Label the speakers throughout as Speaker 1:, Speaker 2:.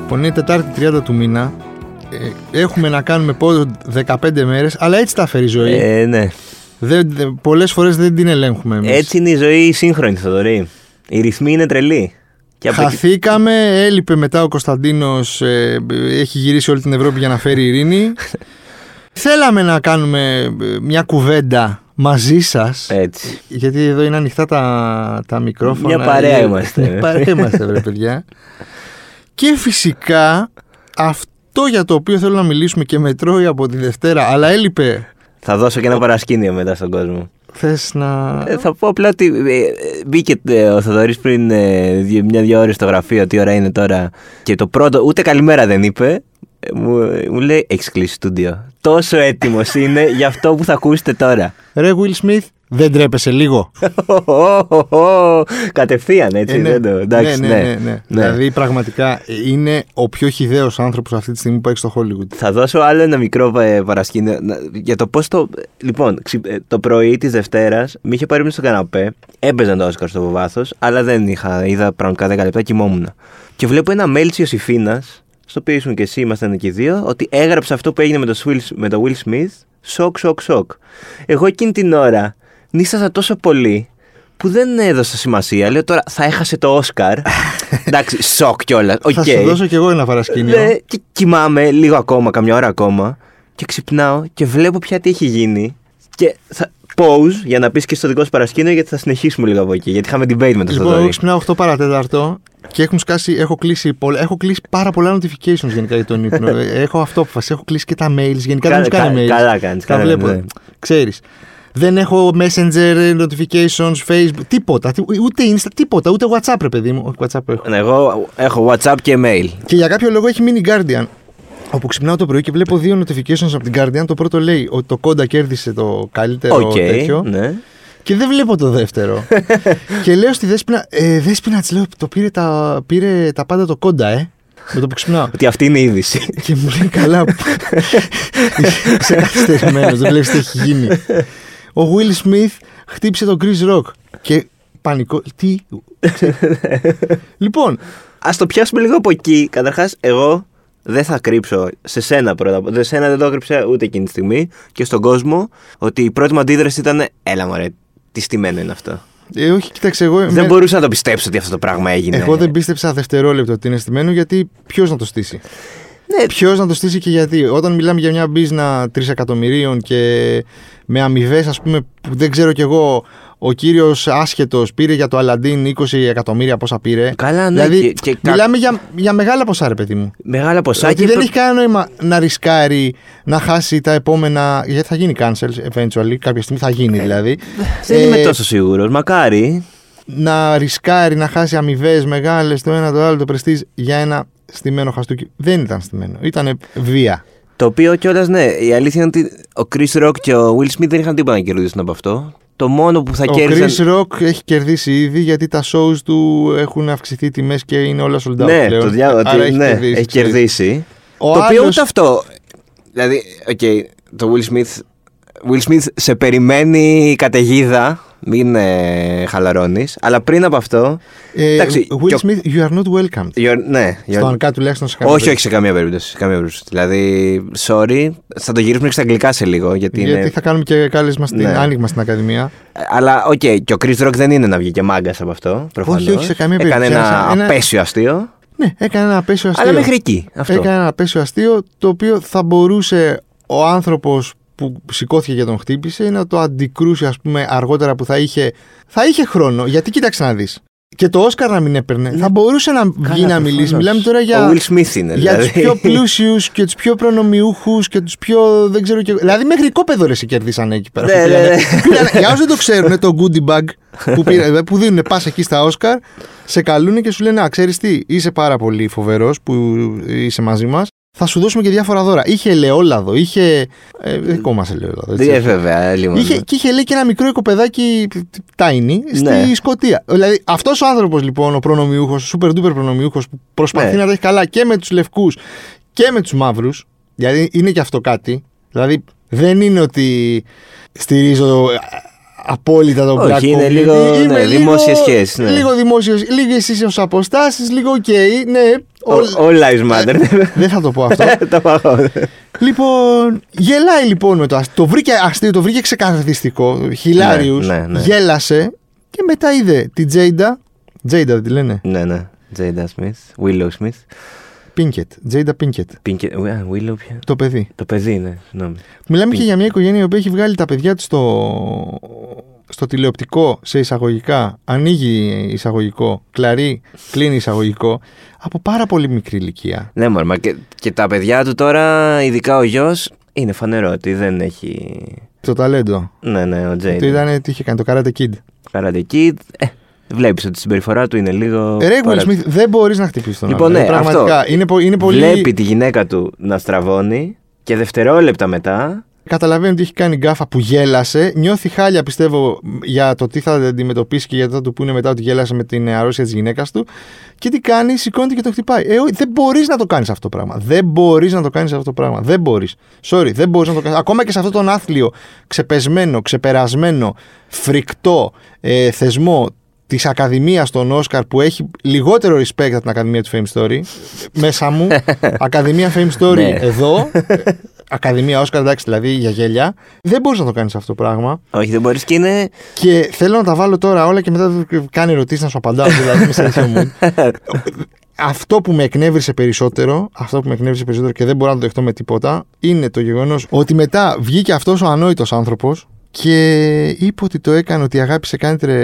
Speaker 1: Λοιπόν, είναι Τετάρτη 30 του μήνα. Ε, Έχουμε να κάνουμε πόδο 15 μέρες, αλλά έτσι τα φέρει η ζωή.
Speaker 2: Ε, ναι.
Speaker 1: Δεν- δε- Πολλές φορές δεν την ελέγχουμε εμείς.
Speaker 2: Έτσι είναι η ζωή η σύγχρονη, Θοδωρή. Οι ρυθμοί είναι τρελοί. Και απαιτεί-
Speaker 1: Χαθήκαμε, έλειπε μετά ο Κωνσταντίνος, ε, έχει γυρίσει όλη την Ευρώπη για να φέρει ειρήνη. Θέλαμε να κάνουμε ε, μια κουβέντα μαζί σας,
Speaker 2: Έτσι.
Speaker 1: γιατί εδώ είναι ανοιχτά τα, τα μικρόφωνα.
Speaker 2: Μια παρέα
Speaker 1: Ε,
Speaker 2: είμαστε.
Speaker 1: Μια παρέα είμαστε, βρε παιδιά. Και φυσικά αυτό για το οποίο θέλω να μιλήσουμε και με τρώει από τη Δευτέρα, αλλά έλειπε.
Speaker 2: Θα δώσω και ένα παρασκήνιο μετά στον κόσμο.
Speaker 1: Θες να...
Speaker 2: Ε, θα πω απλά ότι ε, ε, μπήκε ε, ο Θοδωρής πριν ε, δυο- μια-δυο ώρες στο γραφείο, τι ώρα είναι τώρα. Και το πρώτο, ούτε καλημέρα δεν είπε, ε, μου, ε, μου λέει έχεις κλείσει στούντιο. Τόσο έτοιμος είναι για αυτό που θα ακούσετε τώρα.
Speaker 1: Ρε Will Smith, δεν τρέπεσαι λίγο.
Speaker 2: Κατευθείαν έτσι,
Speaker 1: Ε, ναι.
Speaker 2: δεν το, εντάξει,
Speaker 1: ναι, ναι, ναι, ναι. Δηλαδή πραγματικά είναι ο πιο χιδαίος άνθρωπος αυτή τη στιγμή που έχει στο Hollywood.
Speaker 2: Θα δώσω άλλο ένα μικρό ε, παρασκήνιο να- για το πώς το. Λοιπόν, ξυ- ε, το πρωί της Δευτέρας με είχε πάρει μέσα στον καναπέ. Έπαιζαν το Όσκαρ στο βάθος, αλλά δεν είχα. Είδα πραγματικά 10 λεπτά, κοιμόμουν. Και βλέπω ένα mail της Ιωσήφίνα, στο οποίο ήσουν και εσύ, ήμασταν και οι δύο, ότι έγραψε αυτό που έγινε με το, Swill- με το Will Smith. Σοκ, σοκ, σοκ. Εγώ εκείνη την ώρα νίστασα τόσο πολύ που δεν έδωσα σημασία. Λέω τώρα θα έχασε το Όσκαρ. Εντάξει, σοκ κιόλας.
Speaker 1: Θα σου δώσω κι εγώ ένα παρασκήνιο.
Speaker 2: Ναι, και κοιμάμαι λίγο ακόμα, καμιά ώρα ακόμα. Και ξυπνάω και βλέπω πια τι έχει γίνει. Και θα pause για να πεις και στο δικό σου παρασκήνιο, γιατί θα συνεχίσουμε λίγο από εκεί. Γιατί είχαμε debate με το
Speaker 1: λοιπόν, εγώ
Speaker 2: Θοδωρή.
Speaker 1: ξυπνάω 8 παρατέταρτο και έχουν σκάσει, έχω, κλείσει, πολλα- έχω κλείσει πάρα πολλά notifications γενικά για τον ύπνο. Ε, έχω αυτό αποφασίσει, έχω κλείσει και τα mails. Γενικά δεν
Speaker 2: Κα-
Speaker 1: μου κάνει
Speaker 2: κα-
Speaker 1: mails.
Speaker 2: καλά κάνεις,
Speaker 1: Τα
Speaker 2: καλά,
Speaker 1: βλέπω.
Speaker 2: ναι.
Speaker 1: Ξέρεις. Δεν έχω messenger, ε, notifications, facebook, τίποτα. Τι- Ούτε insta, τίποτα. Ούτε whatsapp, ρε παιδί μου. Όχι, whatsapp έχω.
Speaker 2: Ναι, εγώ έχω WhatsApp και mail.
Speaker 1: Και για κάποιο λόγο έχει μείνει Guardian. Όπου ξυπνάω το πρωί και βλέπω δύο notifications από την Guardian. Το πρώτο λέει ότι το Κόντα κέρδισε το καλύτερο
Speaker 2: Οκ.
Speaker 1: τέτοιο.
Speaker 2: ναι.
Speaker 1: Και δεν βλέπω το δεύτερο. και λέω στη Δέσποινα, ε, Δέσποινα, της λέω, το πήρε τα, πήρε τα πάντα το Κόντα, ε. Με το που ξυπνάω.
Speaker 2: Ότι αυτή είναι η είδηση.
Speaker 1: και μου λέει, καλά, είσαι καθυστερημένος, δεν βλέπεις τι έχει γίνει. Ο Will Smith χτύπησε τον Chris Rock. Και πανικό, τι, Λοιπόν,
Speaker 2: Ας το πιάσουμε λίγο από εκεί. Καταρχάς, εγώ δεν θα κρύψω σε σένα πρώτα. απ' όλα. Σε σένα δεν το κρύψα ούτε εκείνη τη στιγμή και στον κόσμο ότι η πρώτη μου αντίδραση ήταν Έλα μωρέ, τι στημένο είναι αυτό.
Speaker 1: ε, όχι, κοίταξε, εγώ...
Speaker 2: Δεν Ναι. μπορούσα να το πιστέψω ότι αυτό το πράγμα έγινε.
Speaker 1: Εγώ δεν πίστεψα δευτερόλεπτο ότι είναι στημένο γιατί ποιος να το στήσει.
Speaker 2: Ναι,
Speaker 1: Ποιος να το στήσει και γιατί. Όταν μιλάμε για μια μπίζνα 3 εκατομμυρίων και με αμοιβές, ας πούμε, που δεν ξέρω κι εγώ, ο κύριος Άσχετος πήρε για το Αλαντίν 20 εκατομμύρια πόσα πήρε.
Speaker 2: Καλά, ναι,
Speaker 1: Δηλαδή,
Speaker 2: και- και κα-
Speaker 1: μιλάμε για, για μεγάλα ποσά, ρε παιδί μου.
Speaker 2: Μεγάλα ποσά
Speaker 1: Δηλαδή,
Speaker 2: και
Speaker 1: δεν
Speaker 2: προ-
Speaker 1: έχει κανένα νόημα να ρισκάρει να χάσει τα επόμενα. Γιατί θα γίνει cancel eventually, κάποια στιγμή θα γίνει δηλαδή.
Speaker 2: δεν
Speaker 1: Ε,
Speaker 2: είμαι τόσο σίγουρος. Μακάρι.
Speaker 1: να ρισκάρει να χάσει αμοιβές μεγάλες το ένα το άλλο το πρεστή για ένα στημένο χαστούκι. Δεν ήταν στημένο. Ήταν βία.
Speaker 2: Το οποίο κιόλας, ναι, η αλήθεια είναι ότι ο Chris Rock και ο Will Smith δεν είχαν τίποτα να κερδίσουν από αυτό. Το μόνο που θα
Speaker 1: Ο
Speaker 2: κέρδισαν.
Speaker 1: Chris Rock έχει κερδίσει ήδη γιατί τα shows του έχουν αυξηθεί τιμές και είναι όλα sold out.
Speaker 2: ναι,
Speaker 1: πλέον.
Speaker 2: το διάβα ότι-
Speaker 1: Άρα έχει
Speaker 2: ναι,
Speaker 1: κερδίσει.
Speaker 2: έχει κερδίσει.
Speaker 1: Ο
Speaker 2: το οποίο
Speaker 1: άλλος-
Speaker 2: ούτε αυτό. Δηλαδή, οκ, το Will Smith. Will Smith σε περιμένει η καταιγίδα. Μην ε, χαλαρώνεις. Αλλά πριν από αυτό.
Speaker 1: Ε,
Speaker 2: εντάξει, και
Speaker 1: Will
Speaker 2: ο-
Speaker 1: Smith, you are not welcomed.
Speaker 2: you're- ναι,
Speaker 1: Στο
Speaker 2: you're-
Speaker 1: Uncut τουλάχιστον σε
Speaker 2: Όχι, όχι σε καμία περίπτωση. σε καμία περίπτωση. Δηλαδή, sorry, θα το γυρίσουμε και στα αγγλικά σε λίγο. Γιατί
Speaker 1: Γιατί
Speaker 2: είναι...
Speaker 1: θα κάνουμε και κάλεσμα στην
Speaker 2: Ναι.
Speaker 1: άνοιγμα στην Ακαδημία.
Speaker 2: Αλλά, οκ, και ο Chris Rock δεν είναι να βγει και μάγκας από αυτό. Προφανώς.
Speaker 1: όχι, σε καμία περίπτωση.
Speaker 2: Έκανε ένα,
Speaker 1: Ένας- ένα-
Speaker 2: απέσιο αστείο,
Speaker 1: Ναι, έκανε ένα απέσιο αστείο.
Speaker 2: Αλλά μέχρι εκεί. Αυτό.
Speaker 1: Έκανε ένα απέσιο αστείο το οποίο θα μπορούσε ο άνθρωπος που σηκώθηκε και τον χτύπησε να το αντικρούσει, ας πούμε, αργότερα που θα είχε, θα είχε χρόνο. Γιατί κοίταξε να δεις. Και το Όσκαρ να μην έπαιρνε. Θα μπορούσε να
Speaker 2: Ναι. Καλά,
Speaker 1: βγει να
Speaker 2: προφανώς.
Speaker 1: μιλήσει. Μιλάμε τώρα για,
Speaker 2: Ο Will Smith είναι.
Speaker 1: για
Speaker 2: δηλαδή.
Speaker 1: του πιο πλούσιους και τους πιο προνομιούχους και τους πιο. Δεν ξέρω και. Δηλαδή μέχρι κόπεδο ρε σε κερδίσανε εκεί πέρα.
Speaker 2: Ναι,
Speaker 1: Που πήρανε-
Speaker 2: ναι, ναι.
Speaker 1: πήρανε- για όσους δεν το ξέρουν, το goodie bag που, πήρα, που δίνουν πα εκεί στα Όσκαρ, σε καλούν και σου λένε Α, ξέρεις τι, είσαι πάρα πολύ φοβερός που είσαι μαζί μας. Θα σου δώσουμε και διάφορα δώρα. Είχε ελαιόλαδο, είχε. Ε, δικό μας ελαιόλαδο.
Speaker 2: Ε,
Speaker 1: Έτσι.
Speaker 2: βέβαια, λίγο.
Speaker 1: Είχε, και είχε λέει και ένα μικρό οικοπεδάκι τάινι στη
Speaker 2: Ναι.
Speaker 1: Σκωτία. Δηλαδή αυτός ο άνθρωπος λοιπόν, ο προνομιούχος, ο super duper προνομιούχος που προσπαθεί
Speaker 2: Ναι.
Speaker 1: να τα έχει καλά και με τους λευκούς και με τους μαύρους. Δηλαδή είναι και αυτό κάτι. Δηλαδή δεν είναι ότι στηρίζω ε, απόλυτα τον
Speaker 2: Όχι,
Speaker 1: black Ε,
Speaker 2: είναι
Speaker 1: community.
Speaker 2: λίγο, ναι, δημόσιες σχέσεις, ναι.
Speaker 1: Λίγο δημόσιες, λίγες ίσως αποστάσεις, λίγο οκ. ναι, Όλα-
Speaker 2: All lives matter.
Speaker 1: Δεν θα το πω αυτό.
Speaker 2: Το παγώ.
Speaker 1: λοιπόν, γελάει λοιπόν με το αστείο. Το βρήκε αστείο, το βρήκε ξεκαθαριστικό. Χιλάριους.
Speaker 2: ναι, ναι.
Speaker 1: Γέλασε και μετά είδε την Τζέιντα. Τζέιντα δεν τη λένε.
Speaker 2: Ναι, ναι. Τζέιντα Σμιθ, Willow Smith.
Speaker 1: Πίνκετ. Τζέιντα Πίνκετ.
Speaker 2: Pinkett- Α, Willow πια.
Speaker 1: Το παιδί.
Speaker 2: Το παιδί, ναι, συγγνώμη.
Speaker 1: Μιλάμε και για μια οικογένεια η οποία έχει βγάλει τα παιδιά της στο, στο τηλεοπτικό σε εισαγωγικά. Ανοίγει εισαγωγικό, κλαρί, κλείνει εισαγωγικό. Από πάρα πολύ μικρή ηλικία.
Speaker 2: Ναι, μωρέ, μα και, και τα παιδιά του τώρα, ειδικά ο γιος, είναι φανερό ότι δεν έχει.
Speaker 1: Το ταλέντο.
Speaker 2: Ναι, ναι, ο Τζέιν.
Speaker 1: Το ήταν, τι είχε κάνει, το Karate Kid.
Speaker 2: Karate Kid. Ε, Βλέπεις ότι η συμπεριφορά του είναι λίγο.
Speaker 1: Ε, Ρε Will
Speaker 2: παρα-
Speaker 1: Smith, δεν μπορείς να χτυπήσεις τον
Speaker 2: Λοιπόν,
Speaker 1: άλλον.
Speaker 2: ναι,
Speaker 1: Πραγματικά.
Speaker 2: αυτό.
Speaker 1: Είναι, πο- είναι πολύ.
Speaker 2: Βλέπει τη γυναίκα του να στραβώνει και δευτερόλεπτα μετά.
Speaker 1: Καταλαβαίνει ότι έχει κάνει γκάφα που γέλασε. Νιώθει χάλια, πιστεύω, για το τι θα αντιμετωπίσει και για το θα του πούνε μετά ότι γέλασε με την αρρώστια της γυναίκας του. Και τι κάνει, σηκώνεται και το χτυπάει. Ε, όχι, δεν μπορείς να το κάνεις αυτό το πράγμα. Δεν μπορείς να το κάνεις αυτό το πράγμα. Δεν μπορείς. Sorry, δεν μπορείς να το κάνεις. Ακόμα και σε αυτόν τον άθλιο, ξεπεσμένο, ξεπερασμένο, φρικτό ε, θεσμό της Ακαδημίας των Όσκαρ που έχει λιγότερο respect από την Ακαδημία του Fame Story. Μέσα μου, Ακαδημία Fame Story
Speaker 2: Ναι.
Speaker 1: εδώ. ε, Ακαδημία Όσκαρ, εντάξει, δηλαδή για γέλια. Δεν μπορείς να το κάνεις αυτό το πράγμα.
Speaker 2: Όχι, δεν μπορείς και είναι.
Speaker 1: Και θέλω να τα βάλω τώρα όλα και μετά κάνει ερωτήσεις να σου απαντάω. Δηλαδή, είμαι σε τέτοιο mood. Αυτό που με εκνεύρισε περισσότερο, αυτό που με εκνεύρισε περισσότερο και δεν μπορώ να το δεχτώ με τίποτα, είναι το γεγονός ότι μετά βγήκε αυτός ο ανόητος άνθρωπος και είπε ότι το έκανε, ότι αγάπησε κάνετε.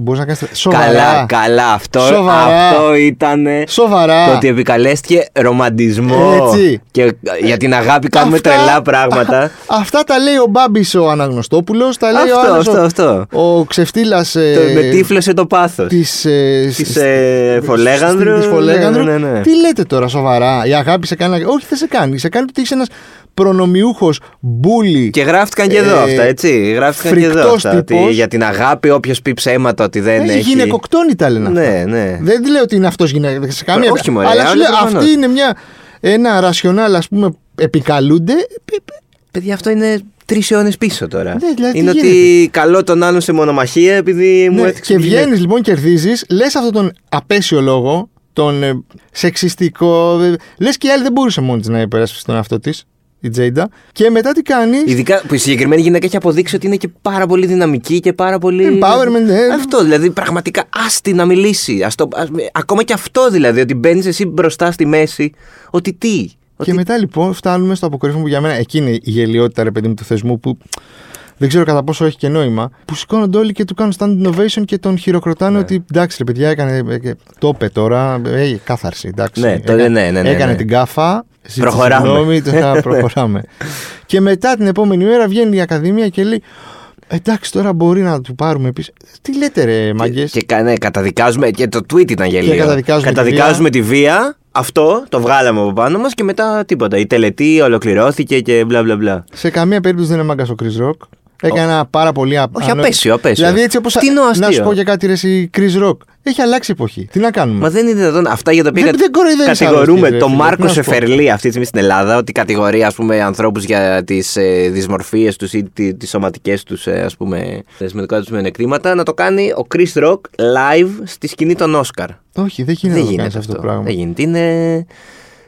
Speaker 1: Μπορείς να κάνεις. Σοβαρά.
Speaker 2: Καλά, καλά. Αυτό,
Speaker 1: Σοβαρά.
Speaker 2: αυτό ήταν.
Speaker 1: Σοβαρά. Ε,
Speaker 2: Το ότι επικαλέστηκε ρομαντισμό.
Speaker 1: Έτσι.
Speaker 2: Και για την αγάπη κάνουμε
Speaker 1: Αυτά-
Speaker 2: τρελά πράγματα.
Speaker 1: Αυτά τα λέει ο Μπάμπης ο Αναγνωστόπουλος, τα λέει
Speaker 2: αυτό,
Speaker 1: ο άλλος,
Speaker 2: αυτό,
Speaker 1: ο-
Speaker 2: αυτό.
Speaker 1: Ο ε, ξεφτύλα.
Speaker 2: Το- με τύφλωσε το πάθος.
Speaker 1: Της
Speaker 2: Της, ε, Φολέγανδρου.
Speaker 1: Της Φολέγανδρου.
Speaker 2: Ναι, ναι, ναι.
Speaker 1: Τι λέτε τώρα, σοβαρά. Η αγάπη σε κάνει. Όχι, δεν σε κάνει. Σε κάνει ότι είσαι ένας προνομιούχος μπούλι.
Speaker 2: Και γράφτηκαν και εδώ
Speaker 1: Ε,
Speaker 2: αυτά, έτσι. Γράφτηκαν και εδώ
Speaker 1: φρικτός
Speaker 2: αυτά. Ότι
Speaker 1: τύπος.
Speaker 2: για την αγάπη, όποιος πει ψέματα ότι δεν
Speaker 1: Ε,
Speaker 2: έχει.
Speaker 1: Γυναικοκτόνητα λένε αυτά.
Speaker 2: Ναι, ναι.
Speaker 1: Δεν τη λέω ότι είναι αυτός γυναίκα. Σε καμία
Speaker 2: Όχι, μωρέ,
Speaker 1: Αλλά
Speaker 2: άλλο
Speaker 1: σου λέω,
Speaker 2: προφανώς.
Speaker 1: αυτή είναι μια, ένα ρασιονάλ, ας πούμε, επικαλούνται.
Speaker 2: Παιδιά, αυτό είναι τρεις αιώνες πίσω τώρα.
Speaker 1: Ναι, δηλαδή, τι
Speaker 2: είναι ότι
Speaker 1: γίνεται.
Speaker 2: καλό τον άλλον σε μονομαχία επειδή μου
Speaker 1: Ναι,
Speaker 2: έθιξε.
Speaker 1: και
Speaker 2: τη γυναίκα.
Speaker 1: βγαίνεις λοιπόν, κερδίζει, λες αυτόν τον απέσιο λόγο, τον ε, σεξιστικό. λες και η άλλη δεν μπορούσε μόνη της να υπεράσπισε τον εαυτό της, η Τζέιντα. Και μετά τι κάνει.
Speaker 2: Ειδικά που η συγκεκριμένη γυναίκα έχει αποδείξει ότι είναι και πάρα πολύ δυναμική και πάρα πολύ.
Speaker 1: Empowerment, ναι.
Speaker 2: Αυτό δηλαδή πραγματικά άστη να μιλήσει. Ας το, ας- ακόμα και αυτό δηλαδή ότι μπαίνεις εσύ μπροστά στη μέση. Ότι τι. Ότι
Speaker 1: Και μετά λοιπόν φτάνουμε στο αποκορύφωμα που για μένα εκεί είναι η γελιότητα ρε παιδί μου του θεσμού που δεν ξέρω κατά πόσο έχει και νόημα. Που σηκώνονται όλοι και του κάνουν stand innovation και τον χειροκροτάνε
Speaker 2: Ναι.
Speaker 1: ότι εντάξει ρε παιδιά έκανε. ε, Το είπε τώρα, ε, κάθαρση. Εντάξει,
Speaker 2: Ναι, το-
Speaker 1: έκανε,
Speaker 2: ναι, ναι, ναι, ναι.
Speaker 1: έκανε την κάφα. ζήτησε
Speaker 2: Προχωράμε.
Speaker 1: συγγνώμη, τώρα προχωράμε. και μετά την επόμενη μέρα βγαίνει η Ακαδημία και λέει Εντάξει, τώρα μπορεί να του πάρουμε πίσω. Τι λέτε, ρε μάγκες.
Speaker 2: Και, κα- ναι, καταδικάζουμε. Και το tweet ήταν γελίο.
Speaker 1: Και καταδικάζουμε τη
Speaker 2: Καταδικάζουμε τη βία. Αυτό το βγάλαμε από πάνω μας και μετά τίποτα. Η τελετή ολοκληρώθηκε και μπλα μπλα μπλα.
Speaker 1: Σε καμία περίπτωση δεν είναι μάγκας ο Chris Rock. Έκανα πάρα πολύ απ...
Speaker 2: Όχι, απέσιο, απέσιο.
Speaker 1: Δηλαδή έτσι όπως...
Speaker 2: Τι είναι ο
Speaker 1: Να σου
Speaker 2: αστείο?
Speaker 1: πω για κάτι ρε εσύ, Chris Rock. Έχει αλλάξει η εποχή. Τι να κάνουμε.
Speaker 2: Μα δεν είναι δυνατόν αυτά για τα οποία
Speaker 1: Δεν-
Speaker 2: κα-
Speaker 1: δεν κοροϊδεύεις άλλους,
Speaker 2: κατηγορούμε
Speaker 1: κύριε
Speaker 2: τον
Speaker 1: φίλε,
Speaker 2: Μάρκο
Speaker 1: τι να σου πω.
Speaker 2: Σεφερλή αυτή τη στιγμή στην Ελλάδα, ότι κατηγορεί ας πούμε, ανθρώπους για τις ε, δυσμορφίες τους ή τι, τις σωματικές τους ε, ας πούμε, θεσμικά τους μειονεκτήματα, να το κάνει ο Chris Rock live στη σκηνή των Όσκαρ.
Speaker 1: Όχι, δεν γίνεται να το
Speaker 2: Δεν
Speaker 1: κάνεις
Speaker 2: γίνεται
Speaker 1: αυτό
Speaker 2: αυτό.
Speaker 1: το πράγμα.
Speaker 2: Δεν γίνεται. Είναι...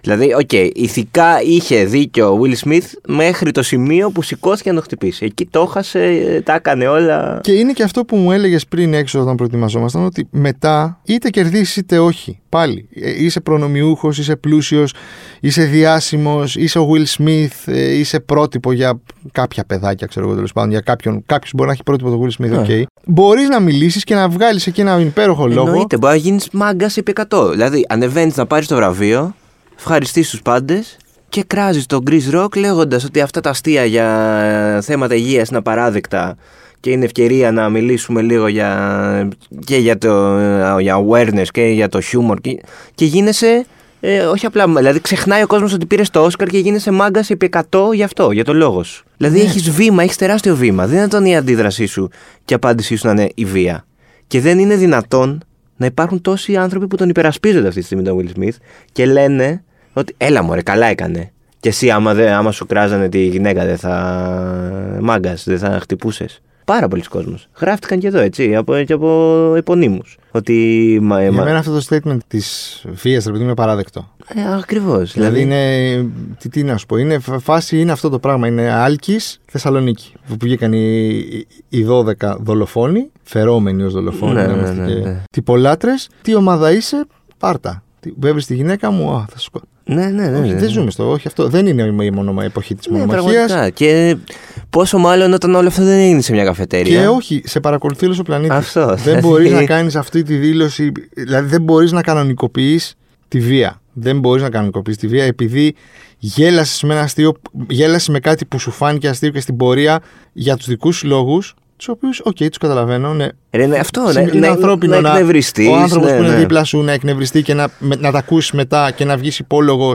Speaker 2: Δηλαδή, οκ, ηθικά είχε δίκιο ο Will Smith μέχρι το σημείο που σηκώθηκε να το χτυπήσει. Εκεί το έχασε, ε, τα έκανε όλα.
Speaker 1: Και είναι και αυτό που μου έλεγες πριν έξω όταν προετοιμαζόμασταν, ότι μετά είτε κερδίσεις είτε όχι. Πάλι. Ε, είσαι προνομιούχος, είσαι πλούσιος, είσαι διάσημος, είσαι ο Will Smith, ε, είσαι πρότυπο για κάποια παιδάκια, ξέρω εγώ τέλος πάντων. Για κάποιον. Κάποιος μπορεί να έχει πρότυπο το Will Smith,
Speaker 2: Ναι.
Speaker 1: οκ. Μπορείς να μιλήσεις και να βγάλεις εκεί έναν υπέροχο λόγο.
Speaker 2: Εννοείται, μπορεί να γίνεις μάγκας επί 100. Δηλαδή, ανεβαίνει να πάρεις το βραβείο, ευχαριστείς τους πάντες και κράζεις τον Chris Rock λέγοντας ότι αυτά τα αστεία για ε, θέματα υγείας είναι απαράδεκτα και είναι ευκαιρία να μιλήσουμε λίγο για, και για, το, ε, για awareness και για το humor. Και, και γίνεσαι. ε, όχι απλά, δηλαδή ξεχνάει ο κόσμος ότι πήρες το Όσκαρ και γίνεσαι μάγκας επί 100 γι' αυτό, για το λόγος σου. Δηλαδή έχεις βήμα, έχεις τεράστιο βήμα. Δεν είναι τον η αντίδρασή σου και η απάντησή σου να είναι η βία. Και δεν είναι δυνατόν να υπάρχουν τόσοι άνθρωποι που τον υπερασπίζονται αυτή τη στιγμή τον Will Smith και λένε ότι έλα μωρέ, καλά έκανε. Και εσύ άμα, δε, άμα σου κράζανε τη γυναίκα δεν θα μάγκας, δεν θα χτυπούσες. Πάρα πολλοί κόσμοι. Γράφτηκαν και εδώ, έτσι, από, και από επωνύμους. Ότι. Μα,
Speaker 1: Για
Speaker 2: Ε, μα-
Speaker 1: μένα αυτό το statement της βίας, ρε παιδί μου, είναι παράδεκτο.
Speaker 2: Ε, Ακριβώς.
Speaker 1: Δηλαδή, είναι. Τι, τι να σου πω, είναι φ- φάση, είναι αυτό το πράγμα. Είναι Άλκης Θεσσαλονίκη. Που βγήκαν οι, οι- οι 12 δολοφόνοι, φερόμενοι ως δολοφόνοι.
Speaker 2: Ναι,
Speaker 1: να
Speaker 2: ναι,
Speaker 1: είμαστε
Speaker 2: ναι,
Speaker 1: και
Speaker 2: ναι.
Speaker 1: τυπολάτρες. Τι ομάδα είσαι, πάρτα. Τι- Έβρις τη γυναίκα μου, α, θα σου σκοτώ.
Speaker 2: Ναι, ναι, ναι.
Speaker 1: Όχι,
Speaker 2: ναι.
Speaker 1: δεν ζούμε στο. Όχι, αυτό δεν είναι η μονομα, εποχή της
Speaker 2: Ναι,
Speaker 1: μονομαχίας.
Speaker 2: πραγματικά. Και πόσο μάλλον όταν όλο αυτό δεν έγινε σε μια καφετέρια.
Speaker 1: Και όχι, σε παρακολουθεί όλος ο πλανήτης.
Speaker 2: Αυτό.
Speaker 1: Δεν μπορείς να κάνεις αυτή τη δήλωση. Δηλαδή, δεν μπορείς να κανονικοποιείς τη βία. Δεν μπορείς να κανονικοποιείς τη βία επειδή γέλασες με ένα αστείο, γέλασες με κάτι που σου φάνηκε αστείο και στην πορεία για τους δικούς σου λόγους, τους οποίους, οκ, τους καταλαβαίνω, ναι.
Speaker 2: Ρε, ναι, αυτό,
Speaker 1: Συν-
Speaker 2: ναι,
Speaker 1: είναι
Speaker 2: ναι,
Speaker 1: ανθρώπινο
Speaker 2: να
Speaker 1: να-
Speaker 2: εκνευριστείς,
Speaker 1: Ο άνθρωπος
Speaker 2: ναι,
Speaker 1: που είναι
Speaker 2: ναι.
Speaker 1: δίπλα σου να εκνευριστεί και να, με- να τα ακούσει μετά και να βγει υπόλογος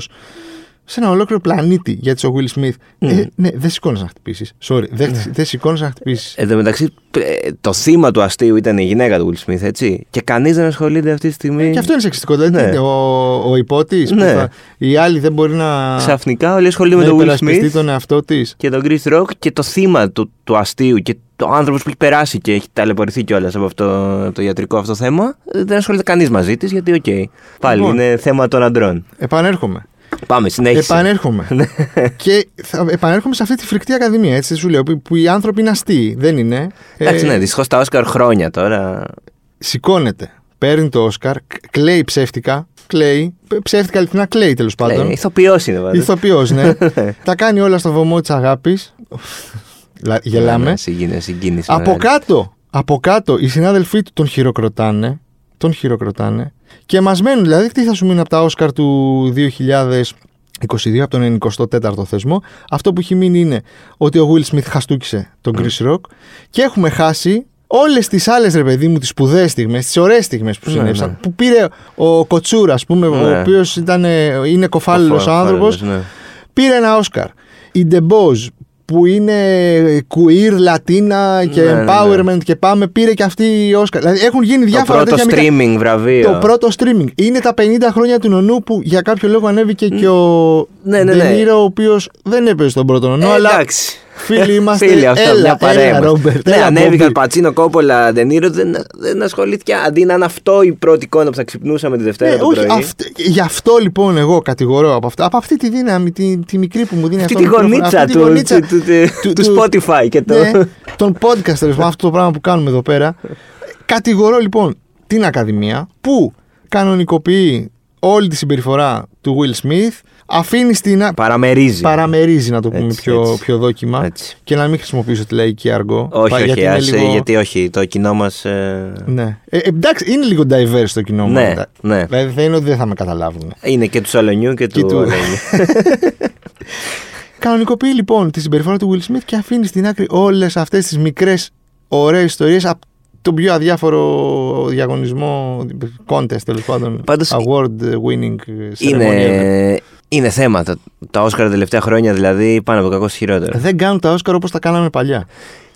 Speaker 1: σε ένα ολόκληρο πλανήτη για τη ο Will Smith. Ε, ναι, δεν σηκώνεις να χτυπήσεις. Sorry, δεν,
Speaker 2: Ναι.
Speaker 1: δεν σηκώνεις να χτυπήσεις.
Speaker 2: Εν τω μεταξύ, ε, το θύμα του αστείου ήταν η γυναίκα του Will Smith, έτσι. Και κανείς δεν ασχολείται αυτή τη στιγμή.
Speaker 1: Και αυτό είναι σεξιστικό. Δηλαδή,
Speaker 2: Ναι.
Speaker 1: τι είναι, ο, ο υπότης.
Speaker 2: Ναι.
Speaker 1: Οι άλλοι δεν μπορεί να.
Speaker 2: Ξαφνικά όλοι ασχολούνται
Speaker 1: να
Speaker 2: με τον Will
Speaker 1: υπερασπιστεί
Speaker 2: Smith
Speaker 1: τον εαυτό της.
Speaker 2: και τον Chris Rock και το θύμα του, του αστείου και το άνθρωπος που έχει περάσει και έχει ταλαιπωρηθεί κιόλας από αυτό το ιατρικό αυτό θέμα. ε, Δεν ασχολείται κανείς μαζί της γιατί, οκ. Πάλι
Speaker 1: Λοιπόν.
Speaker 2: είναι θέμα των αντρών.
Speaker 1: Επανέρχομαι.
Speaker 2: Πάμε, συνέχισε. Ναι.
Speaker 1: Επανέρχομαι. και θα επανέρχομαι σε αυτή τη φρικτή ακαδημία. Έτσι σου λέω. Που, που οι άνθρωποι είναι αστείοι. Δεν είναι.
Speaker 2: Εντάξει,
Speaker 1: Ε,
Speaker 2: ναι, δυστυχώς τα Όσκαρ χρόνια τώρα.
Speaker 1: Σηκώνεται. Παίρνει το Όσκαρ. κ- Κλαίει ψεύτικα. Κλαίει. π- Ψεύτικα αληθινά. Κλαίει τέλος
Speaker 2: Ε,
Speaker 1: πάντων.
Speaker 2: Ηθοποιός είναι βέβαια.
Speaker 1: Ηθοποιός, ναι. Τα κάνει όλα στο βωμό της αγάπης.
Speaker 2: Ναι,
Speaker 1: Γελάμε.
Speaker 2: Συγκίνηση, συγκίνηση.
Speaker 1: Από
Speaker 2: μεγάλη.
Speaker 1: κάτω, από κάτω, οι συνάδελφοί του τον χειροκροτάνε. Τον χειροκροτάνε. Και μας μένουν, δηλαδή, τι θα σου μείνει από τα Όσκαρ του 2022, από τον 94ο θεσμό. Αυτό που έχει μείνει είναι ότι ο Will Smith χαστούκησε τον
Speaker 2: Ναι.
Speaker 1: Chris Rock και έχουμε χάσει όλες τις άλλες ρε παιδί μου, τις σπουδαίες στιγμές, τις ωραίες στιγμές που
Speaker 2: Ναι,
Speaker 1: συνέβησαν.
Speaker 2: ναι.
Speaker 1: Που πήρε ο Κοτσούρα, ας πούμε, ο
Speaker 2: Ναι.
Speaker 1: οποίος ήταν, ε, είναι κοφάλινος
Speaker 2: Φο-
Speaker 1: άνθρωπος,
Speaker 2: φάρελος, ναι.
Speaker 1: πήρε ένα Όσκαρ. Η Ντεμπόζ που είναι queer, λατίνα και
Speaker 2: Ναι, ναι,
Speaker 1: empowerment και πάμε, πήρε και αυτή η Όσκαρ. Δηλαδή έχουν γίνει
Speaker 2: Το
Speaker 1: διάφορα
Speaker 2: πρώτο
Speaker 1: τέτοια μικρά-
Speaker 2: streaming ε. βραβείο.
Speaker 1: Το πρώτο streaming. Είναι τα 50 χρόνια του νονού που για κάποιο λόγο ανέβηκε και ο
Speaker 2: Ναι, ναι, ναι.
Speaker 1: De Niro, ο οποίος δεν έπαιζε τον πρώτο νονό,
Speaker 2: Ε,
Speaker 1: Ναι, αλλά
Speaker 2: εντάξει.
Speaker 1: φίλοι είμαστε.
Speaker 2: Φίλοι, αυτό
Speaker 1: έλα,
Speaker 2: μια παρέα.
Speaker 1: Έλα,
Speaker 2: μας.
Speaker 1: Ρόμπερτ,
Speaker 2: ναι,
Speaker 1: έλα,
Speaker 2: ανέβηκαν
Speaker 1: Μπομπί.
Speaker 2: Πατσίνο, Κόπολα, Ντενίρο. Δεν, δεν ασχολήθηκε. Αντί να είναι αυτό η πρώτη εικόνα που θα ξυπνούσαμε τη Δευτέρα.
Speaker 1: Ναι,
Speaker 2: το
Speaker 1: όχι,
Speaker 2: πρωί.
Speaker 1: αυτ- γι' αυτό λοιπόν εγώ κατηγορώ από, αυτά, από αυτή τη δύναμη, τη, τη μικρή που μου δίνει
Speaker 2: Αυτή
Speaker 1: αυτό
Speaker 2: τη
Speaker 1: το μικρόφωνο,
Speaker 2: γωνίτσα
Speaker 1: αυτή τη
Speaker 2: του,
Speaker 1: γωνίτσα
Speaker 2: του, του, του, του Spotify και το.
Speaker 1: ναι, τον podcast, τέλος πάντων, αυτό το πράγμα που κάνουμε εδώ πέρα. Κατηγορώ λοιπόν την Ακαδημία που κανονικοποιεί όλη τη συμπεριφορά του Will Smith, αφήνει στην. α-
Speaker 2: Παραμερίζει.
Speaker 1: παραμερίζει, να το πούμε
Speaker 2: Έτσι,
Speaker 1: πιο,
Speaker 2: έτσι.
Speaker 1: πιο δόκιμα.
Speaker 2: Έτσι.
Speaker 1: Και να μην χρησιμοποιήσω τη λαϊκή αργό.
Speaker 2: Όχι,
Speaker 1: Πα-
Speaker 2: όχι,
Speaker 1: γιατί είναι
Speaker 2: άσε,
Speaker 1: λίγο-
Speaker 2: γιατί όχι. Το κοινό μας.
Speaker 1: Ναι. Ε, εντάξει, είναι λίγο diverse το κοινό μου.
Speaker 2: Ναι, ναι.
Speaker 1: Δηλαδή δεν είναι ότι δεν θα με καταλάβουν.
Speaker 2: Είναι και του Σαλονιού και του.
Speaker 1: του-
Speaker 2: Αλενιού.
Speaker 1: Κανονικοποιεί λοιπόν τη συμπεριφορά του Will Smith και αφήνει στην άκρη όλες αυτές τις μικρές ωραίες ιστορίες από τον πιο αδιάφορο διαγωνισμό, contest τέλος πάντων.
Speaker 2: Πάντως,
Speaker 1: award winning ceremony. ναι.
Speaker 2: είναι, είναι θέματα. Τα Όσκαρ τα τελευταία χρόνια δηλαδή πάνω από κακό χειρότερο.
Speaker 1: Δεν κάνουν τα Όσκαρ όπως τα κάναμε παλιά.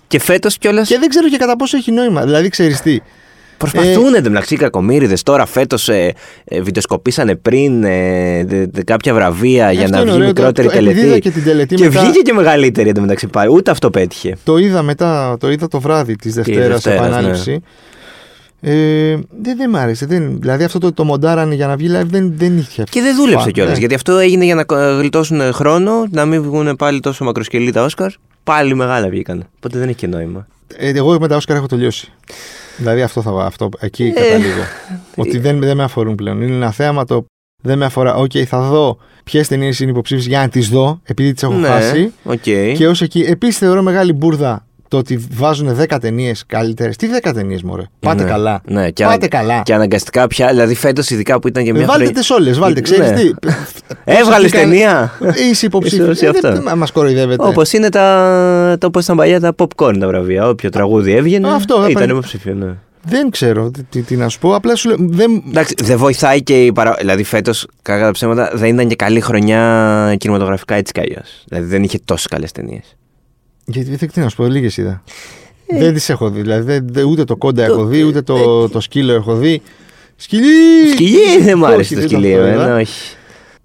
Speaker 2: Και φέτος κιόλας.
Speaker 1: Και δεν ξέρω και κατά πόσο έχει νόημα. Δηλαδή, ξέρεις τι.
Speaker 2: Προσπαθούν
Speaker 1: Ε,
Speaker 2: εν τω μεταξύ οι κακομοίριδε. Τώρα φέτος ε, ε, βιντεοσκοπήσανε πριν ε, δε- δε- κάποια βραβεία για
Speaker 1: αυτό
Speaker 2: να
Speaker 1: είναι
Speaker 2: βγει
Speaker 1: Ε, ωραίο, το-
Speaker 2: μικρότερη
Speaker 1: το- επειδή είδα
Speaker 2: τελετή.
Speaker 1: και την τελετή
Speaker 2: και
Speaker 1: μετά-
Speaker 2: βγήκε και μεγαλύτερη εν τω μεταξύ πάλι. Ούτε αυτό πέτυχε.
Speaker 1: Το είδα μετά, το είδα το βράδυ της Δευτέρας
Speaker 2: Δευτέρας, ναι.
Speaker 1: επανάληψη. Ε, δεν, δεν μ' άρεσε. Δεν, δηλαδή αυτό το, το μοντάρανε για να βγει live δεν, δεν είχε.
Speaker 2: Και δεν δούλεψε
Speaker 1: Φα-
Speaker 2: κιόλας.
Speaker 1: ναι.
Speaker 2: Γιατί αυτό έγινε για να κο- ε, γλιτώσουν χρόνο, να μην βγουν πάλι τόσο μακροσκελή τα Όσκαρ. Πάλι μεγάλα βγήκαν. Οπότε δεν έχει και νόημα.
Speaker 1: Ε, εγώ με τα Όσκαρ έχω τελειώσει. Δηλαδή αυτό θα βα- αυτό, εκεί
Speaker 2: Ε,
Speaker 1: καταλήγω. ότι δεν, δεν με αφορούν πλέον. Είναι ένα θέαμα το δεν με αφορά. Οκ, θα δω ποιες ταινίες είναι υποψήφιες για να τις δω, επειδή τις έχω χάσει.
Speaker 2: Ναι, οκ.
Speaker 1: Και ως εκεί. Επίσης θεωρώ μεγάλη μπουρδα το ότι βάζουν 10 ταινίες καλύτερες. Τι 10 ταινίες, μωρέ. Πάτε
Speaker 2: Ναι.
Speaker 1: καλά.
Speaker 2: Ναι, και,
Speaker 1: Πάτε
Speaker 2: ανα-
Speaker 1: καλά.
Speaker 2: και αναγκαστικά πια, δηλαδή φέτος ειδικά που ήταν και μια.
Speaker 1: Ε, βάλτε
Speaker 2: χρονιά-
Speaker 1: τις όλες, βάλτε. Ξέρει
Speaker 2: Ναι.
Speaker 1: τι.
Speaker 2: Έβγαλες
Speaker 1: Πόσα
Speaker 2: ταινία.
Speaker 1: βγήκαν, Είσαι υποψήφιος.
Speaker 2: Είσαι
Speaker 1: Ε,
Speaker 2: αυτά.
Speaker 1: δεν μα κοροϊδεύετε.
Speaker 2: Όπως είναι τα. τα Όπω ήταν παλιά τα popcorn τα βραβεία. Όποιο τραγούδι έβγαινε.
Speaker 1: Α, αυτό,
Speaker 2: ήταν
Speaker 1: έπαιρνε.
Speaker 2: υποψήφιο, ναι.
Speaker 1: Δεν ξέρω τι, τι, τι να σου πω. Απλά σου λέω. Δεν...
Speaker 2: Εντάξει, δεν βοηθάει και η παρα... Δηλαδή, φέτος, κακά τα ψέματα, δεν ήταν και καλή χρονιά κινηματογραφικά έτσι κι αλλιώς. Δηλαδή, δεν είχε τόσο καλές ταινίες.
Speaker 1: Γιατί δεν τι να σου πω, λίγες είδα.
Speaker 2: Ε.
Speaker 1: δεν τις έχω δει. Δηλαδή, δεν- δεν- ούτε το κόντα έχω δει, ούτε το, το σκύλο έχω δει. Σκυλί!
Speaker 2: Σκυλί ε, δεν μ'
Speaker 1: Ε, Όχι,
Speaker 2: άρεσε το
Speaker 1: δεν
Speaker 2: σκυλί,
Speaker 1: το είδα.
Speaker 2: εμένα, όχι.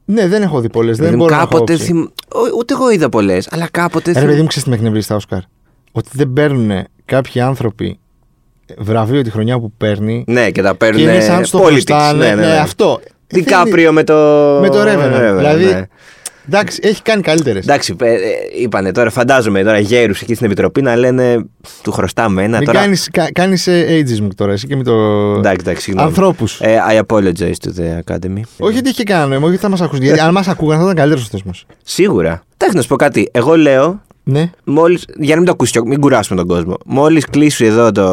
Speaker 1: Ναι, δεν έχω δει πολλές. Δεν
Speaker 2: Δηλαδή,
Speaker 1: μπορώ να έχω
Speaker 2: κάποτε.
Speaker 1: όψη.
Speaker 2: θυμ- Ο- Ούτε εγώ είδα πολλές, αλλά κάποτε.
Speaker 1: Ρε
Speaker 2: θυμ-
Speaker 1: παιδί μου, ξέρεις τι με εκνευρίζει τα Όσκαρ. ότι δεν παίρνουν κάποιοι άνθρωποι βραβείο τη χρονιά που παίρνει.
Speaker 2: Ναι, και τα
Speaker 1: Και
Speaker 2: παίρνουν
Speaker 1: είναι σαν στο
Speaker 2: politics.
Speaker 1: χρωστάνε.
Speaker 2: Ναι, ναι, ναι.
Speaker 1: αυτό. Ε,
Speaker 2: Τι
Speaker 1: Δεν είναι-
Speaker 2: Κάπριο με το.
Speaker 1: Με το Revenant.
Speaker 2: Revenant,
Speaker 1: Δηλαδή.
Speaker 2: ναι.
Speaker 1: Εντάξει, έχει κάνει καλύτερες.
Speaker 2: Εντάξει, ε, ε, είπανε τώρα, φαντάζομαι τώρα γέρους εκεί στην επιτροπή να λένε του χρωστάμε ένα
Speaker 1: Μην
Speaker 2: τώρα.
Speaker 1: κάνεις, κα, κάνεις ε, ageism τώρα, εσύ και με το...
Speaker 2: Εντάξει, εντάξει, συγγνώμη.
Speaker 1: Ανθρώπους.
Speaker 2: Ε, I apologize to the Academy.
Speaker 1: Όχι ότι είχε κανένα νόημα, όχι ότι θα μας ακούσουν. Γιατί αν μας ακούγαν θα ήταν καλύτερος ο θεσμός.
Speaker 2: Σίγουρα. Εντάξει, να σου πω κάτι. Εγώ λέω,
Speaker 1: Ναι.
Speaker 2: μόλις, για να μην το ακούσεις, και ο- μην κουράσουμε τον κόσμο. Μόλις κλείσει εδώ το,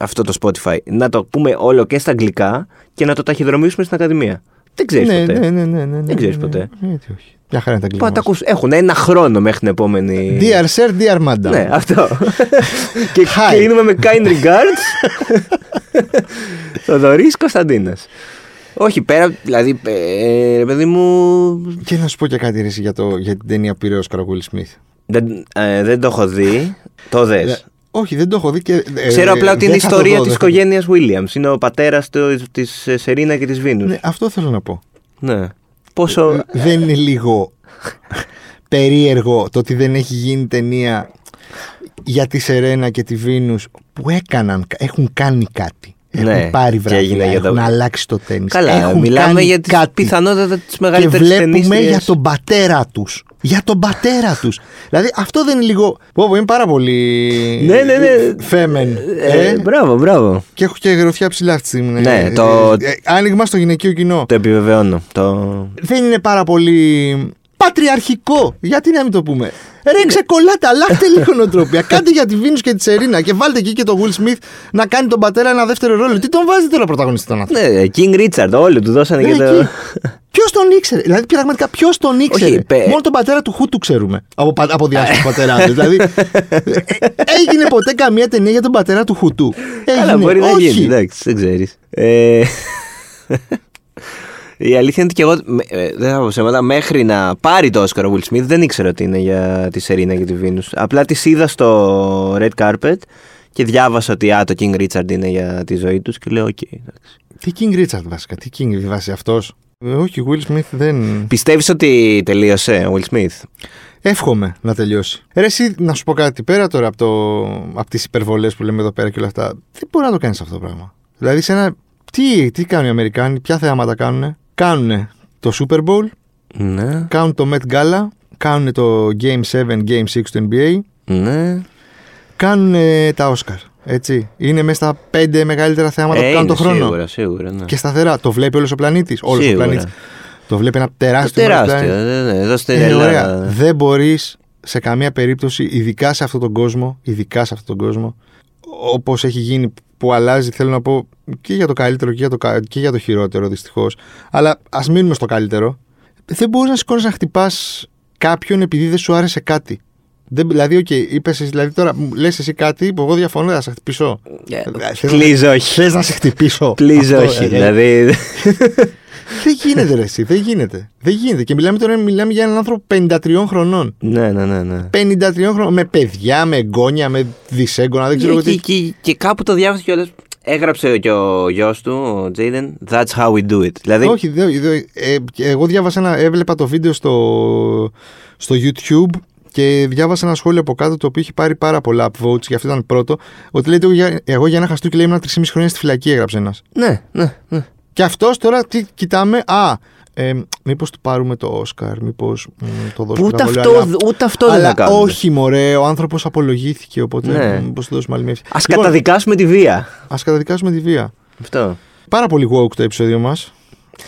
Speaker 2: αυτό το Spotify, να το πούμε όλο και στα αγγλικά και να το ταχυδρομήσουμε στην Ακαδημία. Δεν ξέρεις
Speaker 1: ναι, ναι,
Speaker 2: ποτέ.
Speaker 1: ναι, ναι, ναι, ναι, ναι,
Speaker 2: ξέρεις
Speaker 1: ναι,
Speaker 2: ποτέ.
Speaker 1: ναι, Γιατί όχι. Μια χαρά είναι τα
Speaker 2: Πού να
Speaker 1: αγγλικά
Speaker 2: τα
Speaker 1: μας.
Speaker 2: ακούσουν. Έχουν ένα χρόνο μέχρι την επόμενη.
Speaker 1: Dear sir, dear madam.
Speaker 2: Ναι, αυτό. και
Speaker 1: Hi.
Speaker 2: κλείνουμε με kind regards. Θοδωρής Κωνσταντίνας. Όχι, πέρα, δηλαδή, ε, ρε παιδί μου.
Speaker 1: Και να σου πω και κάτι ρε, εσύ, για, το, για την ταινία Πυραιός Καρακούλης Σμιθ.
Speaker 2: Δεν, ε, δεν το έχω δει. Το δε.
Speaker 1: Ε, Όχι, δεν το έχω δει και... ε,
Speaker 2: Ξέρω
Speaker 1: ε,
Speaker 2: απλά ότι
Speaker 1: δεν
Speaker 2: είναι η
Speaker 1: θα το
Speaker 2: ιστορία
Speaker 1: δω,
Speaker 2: της
Speaker 1: δεν θα το-
Speaker 2: οικογένειας Williams. Είναι ο πατέρας της ε, Σερίνα και της Βίνους. Ναι.
Speaker 1: Ναι, Ε, αυτό θέλω να πω.
Speaker 2: Πόσο.
Speaker 1: δεν είναι λίγο περίεργο το ότι δεν έχει γίνει ταινία για τη Σερένα και τη Βίνους που έκαναν, έχουν κάνει κάτι. Έχουν
Speaker 2: Ναι,
Speaker 1: πάρει
Speaker 2: και
Speaker 1: βραβεία,
Speaker 2: έγινε για
Speaker 1: έχουν
Speaker 2: το-
Speaker 1: αλλάξει το τέννις.
Speaker 2: Καλά,
Speaker 1: ε, έχουν
Speaker 2: μιλάμε
Speaker 1: κάνει
Speaker 2: για τις
Speaker 1: κάτι.
Speaker 2: πιθανότατα τις
Speaker 1: Και
Speaker 2: μεγαλύτερε
Speaker 1: βλέπουμε για τον πατέρα τους. Για τον πατέρα τους. δηλαδή αυτό δεν είναι λίγο... Πω, πω, είναι πάρα πολύ...
Speaker 2: Ναι, ναι, ναι.
Speaker 1: Φέμεν.
Speaker 2: Ε,
Speaker 1: ε.
Speaker 2: μπράβο, μπράβο.
Speaker 1: Και έχω και γροθιά ψηλά αυτή τη στιγμή.
Speaker 2: Ναι,
Speaker 1: Ε,
Speaker 2: το-
Speaker 1: ε, Άνοιγμα στο γυναικείο κοινό
Speaker 2: Το επιβεβαιώνω. Το...
Speaker 1: δεν είναι πάρα πολύ πατριαρχικό. Γιατί να μην το πούμε. Ρίξε κολλάτα, αλλάχτε λίγο νοοτροπία. Κάντε για τη Βίνους και τη Σερίνα και βάλτε εκεί και τον Will Smith να κάνει τον πατέρα ένα δεύτερο ρόλο. Τι τον βάζετε τώρα πρωταγωνιστή τον άνθρωπο.
Speaker 2: Ναι, King Richard, όλοι του δώσανε
Speaker 1: Ναι,
Speaker 2: και το.
Speaker 1: Ποιος τον ήξερε, δηλαδή πραγματικά ποιος τον ήξερε.
Speaker 2: Ναι, Όχι, πε-
Speaker 1: Μόνο τον πατέρα του Χου του ξέρουμε. Από, πα- από διάσημο πατέρα του. Δηλαδή, ε, έγινε ποτέ καμία ταινία για τον πατέρα του Χου του.
Speaker 2: Καλά,
Speaker 1: Έγινε.
Speaker 2: μπορεί να
Speaker 1: Όχι.
Speaker 2: γίνει. ναι. Εντάξει, δεν ξέρεις. Ε, η αλήθεια είναι ότι και εγώ με- ε, δεν θα πω ψέματα, μέχρι να πάρει το Όσκαρ ο Will Smith δεν ήξερα ότι είναι για τη Σερίνα και τη Βίνους. Απλά τις είδα στο Red Carpet και διάβασα ότι α, το King Richard είναι για τη ζωή τους και λέω οκ. εντάξει.
Speaker 1: Τι King Richard βασικά, τι King βάσει αυτό. Όχι, Will Smith δεν.
Speaker 2: Πιστεύεις ότι τελείωσε ο Will Smith.
Speaker 1: Εύχομαι να τελειώσει. Ρε, εσύ, να σου πω κάτι πέρα τώρα από, το, από τις υπερβολές που λέμε εδώ πέρα και όλα αυτά. Δεν μπορεί να το κάνεις αυτό το πράγμα. Δηλαδή, σε ένα. Τι, τι κάνουν οι Αμερικάνοι, ποια θεάματα κάνουν. Κάνουν το Super Bowl,
Speaker 2: Ναι,
Speaker 1: κάνουν το Met Gala, κάνουν το Game 7, Game 6 του NBA,
Speaker 2: ναι.
Speaker 1: κάνουν ε, τα Oscar. Έτσι. Είναι μέσα στα πέντε μεγαλύτερα θεάματα που
Speaker 2: Ε,
Speaker 1: κάνουν
Speaker 2: είναι
Speaker 1: το χρόνο.
Speaker 2: Σίγουρα, σίγουρα. Ναι.
Speaker 1: Και σταθερά. Το βλέπει όλος ο πλανήτης. Όλος ο
Speaker 2: Σίγουρα. Ε,
Speaker 1: πλανήτης. Το βλέπει ένα τεράστιο, μέρος του
Speaker 2: Τεράστιο.
Speaker 1: πλανήτη.
Speaker 2: ναι, ναι, Εδώ στην
Speaker 1: Ε,
Speaker 2: Ελλάδα.
Speaker 1: ωραία. Δεν μπορείς σε καμία περίπτωση, ειδικά σε αυτόν τον κόσμο, ειδικά σε αυτόν τον κόσμο, όπως έχει γίνει που αλλάζει, θέλω να πω και για το καλύτερο και για το, κα- και για το χειρότερο δυστυχώς. Αλλά ας μείνουμε στο καλύτερο. Δεν μπορείς να σηκώνεις να χτυπάς κάποιον επειδή δεν σου άρεσε κάτι. Δεν, δηλαδή, οκ, είπες εσύ- δηλαδή τώρα λες εσύ κάτι που εγώ διαφωνώ, θα σε χτυπήσω.
Speaker 2: Ε,
Speaker 1: Θες να-
Speaker 2: Please όχι.
Speaker 1: θες να σε χτυπήσω.
Speaker 2: Please
Speaker 1: Αυτό,
Speaker 2: όχι.
Speaker 1: ε,
Speaker 2: Δηλαδή.
Speaker 1: Δεν γίνεται, ρε, εσύ, δεν γίνεται. Δεν γίνεται. Και μιλάμε τώρα μιλάμε για έναν άνθρωπο 53 χρονών.
Speaker 2: Ναι, ναι, ναι. ναι.
Speaker 1: 53 χρόνια με παιδιά, με εγγόνια, με δυσέγγωνα, δεν ξέρω εγώ
Speaker 2: και,
Speaker 1: τι.
Speaker 2: και, και κάπου το διάβασε κιόλας. Έγραψε και ο γιος του, ο Τζέιντεν, That's how we do it. Δηλαδή,
Speaker 1: Όχι, δεν- δεν- ε, και εγώ διάβασα ένα, έβλεπα το βίντεο στο, στο YouTube και διάβασα ένα σχόλιο από κάτω το οποίο είχε πάρει πάρα πολλά upvotes και αυτό ήταν πρώτο. Ότι λέει, «Εγώ για- εγώ για ένα χαστούκι λέει ήμουν 3,5 χρόνια στη φυλακή, έγραψε ένας.
Speaker 2: ναι, ναι, ναι.
Speaker 1: Και αυτός τώρα τι κοιτάμε, α, ε, μήπως του πάρουμε το Όσκαρ, μήπως το δώσουμε.
Speaker 2: Ούτε
Speaker 1: ένα
Speaker 2: αυτό,
Speaker 1: βόλιο, αλλά-
Speaker 2: ούτε αυτό δεν θα
Speaker 1: Αλλά
Speaker 2: κάνουμε.
Speaker 1: όχι, μωρέ, ο άνθρωπος απολογήθηκε. Οπότε
Speaker 2: Ναι.
Speaker 1: ναι. του δώσουμε άλλη μια ευκαιρία.
Speaker 2: Α καταδικάσουμε τη βία.
Speaker 1: ας καταδικάσουμε τη βία.
Speaker 2: Αυτό.
Speaker 1: Πάρα πολύ woke το επεισόδιο μας.